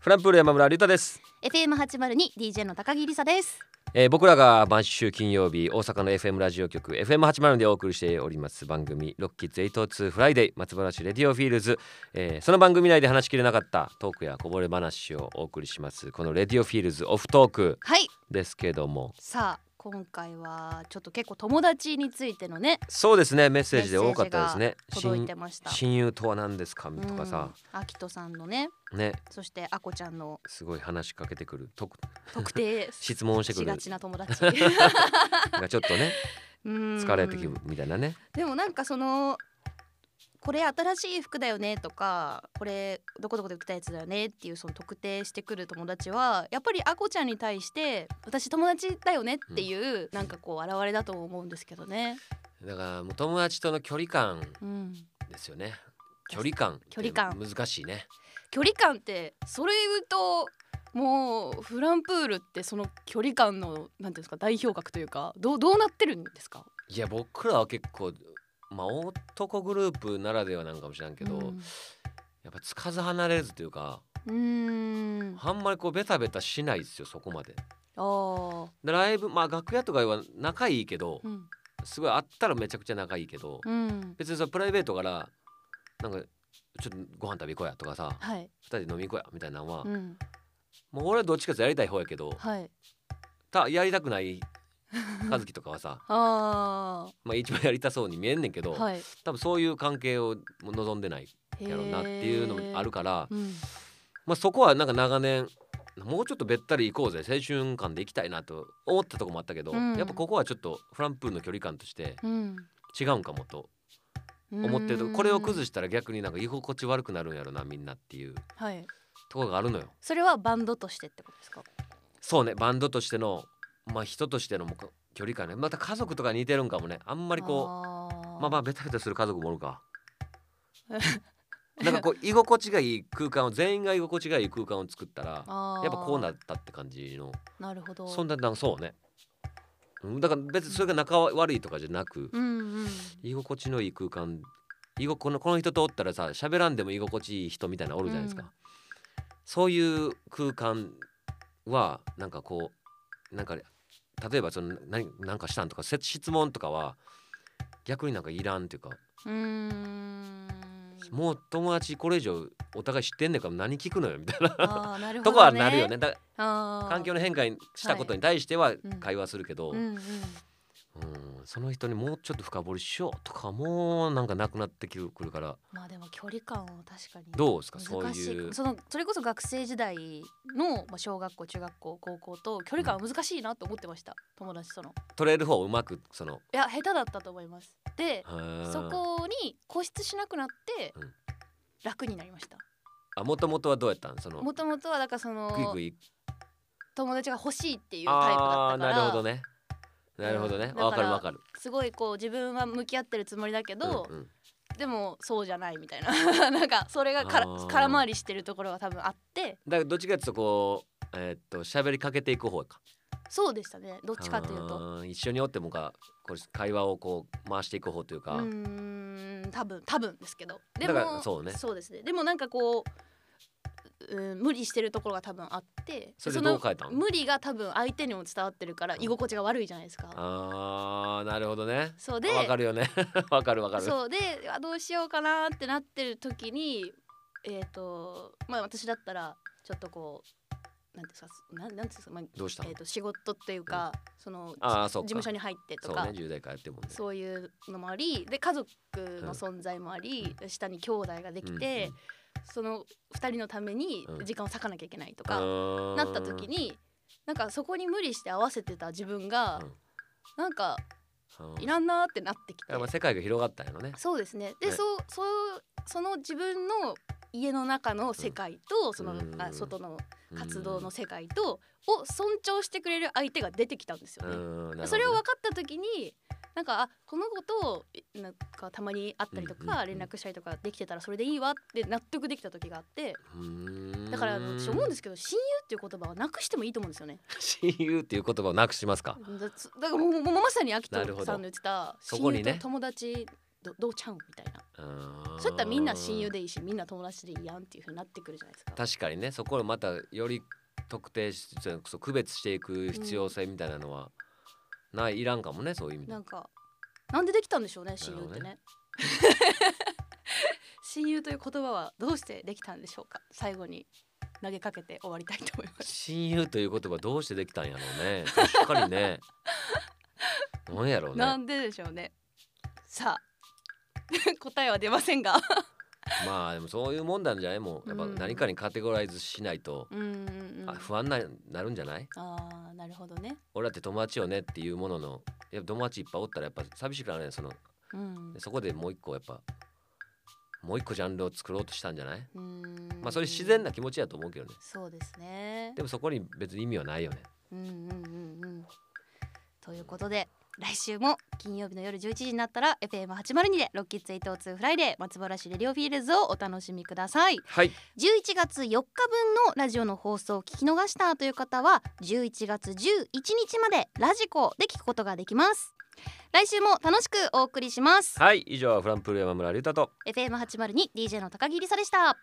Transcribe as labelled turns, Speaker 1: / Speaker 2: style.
Speaker 1: フランプール山村隆太です、
Speaker 2: FM802 DJ の高木梨沙です
Speaker 1: えー、僕らが毎週金曜日大阪の FM ラジオ局 FM80 でお送りしております番組ロッキーズ802フライデー松原市レディオフィールズ、えー、その番組内で話しきれなかったトークやこぼれ話をお送りしますこのレディオフィールズオフトーク
Speaker 2: はい
Speaker 1: ですけども
Speaker 2: さあ今回はちょっと結構友達についてのね
Speaker 1: そうですねメッセージで多かったですね
Speaker 2: 届い
Speaker 1: 親
Speaker 2: てました
Speaker 1: 親友とは何ですかとかさ、
Speaker 2: うん、あきとさんのね
Speaker 1: ね
Speaker 2: そしてあこちゃんの
Speaker 1: すごい話しかけてくると
Speaker 2: 特定
Speaker 1: 質問してく
Speaker 2: し
Speaker 1: る
Speaker 2: がちな 友達
Speaker 1: がちょっと ね
Speaker 2: 疲
Speaker 1: 疲れてきみたいなね
Speaker 2: でもなんかそのこれ新しい服だよねとかこれどこどこで売ってたやつだよねっていうその特定してくる友達はやっぱりあこちゃんに対して私友達だよねっていうなんかこう現れだと思うんですけどね、
Speaker 1: だからもう友達との距離感
Speaker 2: うん、
Speaker 1: ですよね距離感
Speaker 2: 距離感
Speaker 1: って難しいね
Speaker 2: 距離感ってそれ言うともうフランプールってその距離感のなんていうんですか代表格というかどうどうなってるんですか
Speaker 1: いや僕らは結構まあ男グループならではなんかもしれんけど、
Speaker 2: うん
Speaker 1: やっぱつかず離れずというか
Speaker 2: うーん
Speaker 1: あんまりこうベタベタしないですよそこまで
Speaker 2: あー
Speaker 1: でライブまあ楽屋とかは仲いいけど、
Speaker 2: うん
Speaker 1: すごい会ったらめちゃくちゃ仲いいけど、
Speaker 2: うん
Speaker 1: 別にさプライベートからなんかちょっとご飯食べ行こうやとかさ
Speaker 2: はい
Speaker 1: 二人で飲み行こうやみたいなのは、
Speaker 2: うん
Speaker 1: もう俺はどっちかっていうとやりたい方やけど
Speaker 2: はい
Speaker 1: たやりたくない和樹とかはさ
Speaker 2: あ
Speaker 1: まあ一番やりたそうに見えんねんけど、
Speaker 2: あはい
Speaker 1: 多分そういう関係を望んでないやろうなっていうのもある
Speaker 2: か
Speaker 1: から、
Speaker 2: うん
Speaker 1: まあ、そこはなんか長年もうちょっとべったり行こうぜ青春感で行きたいなと思ったとこもあったけど、
Speaker 2: うん
Speaker 1: やっぱここはちょっとフランプールの距離感として
Speaker 2: うん
Speaker 1: 違うんかもと思ってるとこれを崩したら逆になんか居心地悪くなるんやろなみんなっていう
Speaker 2: はい
Speaker 1: ところがあるのよ。
Speaker 2: それはバンドとしてってことですか
Speaker 1: そうねバンドとしての、まあ、人としてのもう距離感ねまた家族とか似てるんかもねあんまりこう
Speaker 2: あ
Speaker 1: まあま
Speaker 2: あ
Speaker 1: あベタベタする家族もおる かなんかこう居心地がいい空間を全員が居心地がいい空間を作ったら
Speaker 2: あー
Speaker 1: やっぱこうなったって感じの
Speaker 2: なるほど
Speaker 1: そんななんかそうねうんだから別にそれが仲悪いとかじゃなく
Speaker 2: うんうん
Speaker 1: 居心地のいい空間居心このこの人とおったらさ喋らんでも居心地いい人みたいなのおるじゃないですか、
Speaker 2: うん
Speaker 1: そういう空間はなんかこうなんか例えばその何なんかしたんとかせ質問とかは逆になんかいらんっていうか
Speaker 2: うーん
Speaker 1: もう友達これ以上お互い知ってんねんから何聞くのよみたいな
Speaker 2: あーなるほどね
Speaker 1: とこはなるよねだから
Speaker 2: あー
Speaker 1: 環境の変化にしたことに対しては
Speaker 2: うん
Speaker 1: 会話するけど、
Speaker 2: うんうん
Speaker 1: うんその人にもうちょっと深掘りしようとかもうなんかなくなってくるから
Speaker 2: まあでも距離感は確かに
Speaker 1: どうですかそう
Speaker 2: 難しい
Speaker 1: いう
Speaker 2: そのそれこそ学生時代のまあ小学校中学校高校と距離感は難しいなと思ってました友達との
Speaker 1: 取れる方をうまくその
Speaker 2: いや下手だったと思いますでそ
Speaker 1: そ
Speaker 2: こに固執しなくなって
Speaker 1: うん
Speaker 2: 楽になりました
Speaker 1: あもともとはどうやったんその
Speaker 2: もともとはだからそ
Speaker 1: グイ
Speaker 2: の
Speaker 1: グイ
Speaker 2: 友達が欲しいっていうタイプだ
Speaker 1: あ
Speaker 2: っ
Speaker 1: あー
Speaker 2: たか
Speaker 1: なるほど
Speaker 2: ら
Speaker 1: ねなるほど
Speaker 2: う
Speaker 1: ね
Speaker 2: んだ
Speaker 1: わ
Speaker 2: か
Speaker 1: からるわかる
Speaker 2: すごいこう自分は向き合ってるつもりだけど
Speaker 1: うんうん
Speaker 2: でもそうじゃないみたいな なんかそれがから
Speaker 1: あー
Speaker 2: 空回りしてるところが多分あって
Speaker 1: だからどっちかっていうとこうえーっと喋りかけていく方か
Speaker 2: そうでしたねどっちかっていうと
Speaker 1: あー一緒におってもかこう会話をこう回していく方という
Speaker 2: う
Speaker 1: か、
Speaker 2: ーん多分多分ですけどで
Speaker 1: だから
Speaker 2: も
Speaker 1: そうね
Speaker 2: ですねでもなんかこう、うん、無理してるところが多分あって
Speaker 1: それでどう
Speaker 2: の
Speaker 1: 変えたん
Speaker 2: 無理が多分相手にも伝わってるから居心地が悪いじゃないですか。
Speaker 1: あーなるほどね
Speaker 2: そうで
Speaker 1: わかるよね わかるわかる
Speaker 2: そうであどうしようかなってなってる時にえっ、とまあ私だったらちょっとこうなんていうんですかなんなんていうんですか、まあ
Speaker 1: どうした
Speaker 2: え
Speaker 1: の
Speaker 2: ー、と仕事っていうか、その
Speaker 1: ああそうか
Speaker 2: 事務所に入ってと
Speaker 1: そう
Speaker 2: かそう,、
Speaker 1: ね10代からやってるもんね
Speaker 2: いうのもありで家族の存在もあり、下に兄弟ができて、その2人のために
Speaker 1: うん
Speaker 2: 時間を割かなきゃいけないとか、
Speaker 1: な
Speaker 2: なった時になんかそこに無理して合わせてた自分が、
Speaker 1: うん
Speaker 2: なんかい
Speaker 1: ん
Speaker 2: らんなーってなってきて
Speaker 1: やっぱ世界が広がったんやろね
Speaker 2: そうですねで、
Speaker 1: ね
Speaker 2: そうそうその自分の家の中の世界と、その
Speaker 1: うん
Speaker 2: あ外の活動の世界と、を尊重してくれる相手が出てきたんですよね。
Speaker 1: ね
Speaker 2: それを分かった時になんかあこの子とえなんかたまに会ったりとか、
Speaker 1: うんうんうん
Speaker 2: 連絡したりとかできてたらそれでいいわって納得できた時があってだからあの私思うんですすけど親友っていう言葉はなくしてもいいと思うんです よね。
Speaker 1: 親友っていう言葉をなくしますか
Speaker 2: だつだからもうもうまさに秋
Speaker 1: なるほ
Speaker 2: 人
Speaker 1: ど
Speaker 2: さんの言ってた
Speaker 1: そこ
Speaker 2: 親
Speaker 1: に
Speaker 2: 友
Speaker 1: ね
Speaker 2: と友達どどうちゃうんみたいな
Speaker 1: あー
Speaker 2: そういったらみんな親友でいいしみんな友達でいいやんっていうふうになってくるじゃないですか
Speaker 1: 確かにねそこをまたより特定しそう区別していく必要性みたいなのはないいらんかもねそういう意味で
Speaker 2: なんかなんでできたんでしょうね親友っ
Speaker 1: な
Speaker 2: て
Speaker 1: るほ
Speaker 2: ね 親友という言葉はどうしてできたんでしょうか最後に投げかけて終わりたいと思います
Speaker 1: 親友という言葉どうしてできたんやろうね確かに ねなんやろうね
Speaker 2: なんででしょうねさあ 答えは出ませんが
Speaker 1: まあでもそういうもんなんじゃないもうやっぱ
Speaker 2: うん
Speaker 1: 何かにカテゴライズしないと、
Speaker 2: うんうんうん
Speaker 1: あ不安にななるんじゃない
Speaker 2: あーなるほどね
Speaker 1: 俺だって友達よねっていうもののやっぱ友達いっぱいおったらやっぱ寂しくなるねその
Speaker 2: うん
Speaker 1: そこでもう一個やっぱもう一個ジャンルを作ろうとしたんじゃない
Speaker 2: うん
Speaker 1: まあそれ自然な気持ちやと思うけどね
Speaker 2: そうですね
Speaker 1: でもそこに別に意味はないよね
Speaker 2: うんうんうんうんということで来週も金曜日の夜11時になったら FM802 でロッキーツ802フライデー松原市レディオフィールズをお楽しみください
Speaker 1: はい
Speaker 2: 11月4日分のラジオの放送を聞き逃したという方は11月11日までラジコで聞くことができます来週も楽しくお送りします
Speaker 1: はい以上フランプール山村隆太と
Speaker 2: FM802DJ の高木梨沙でした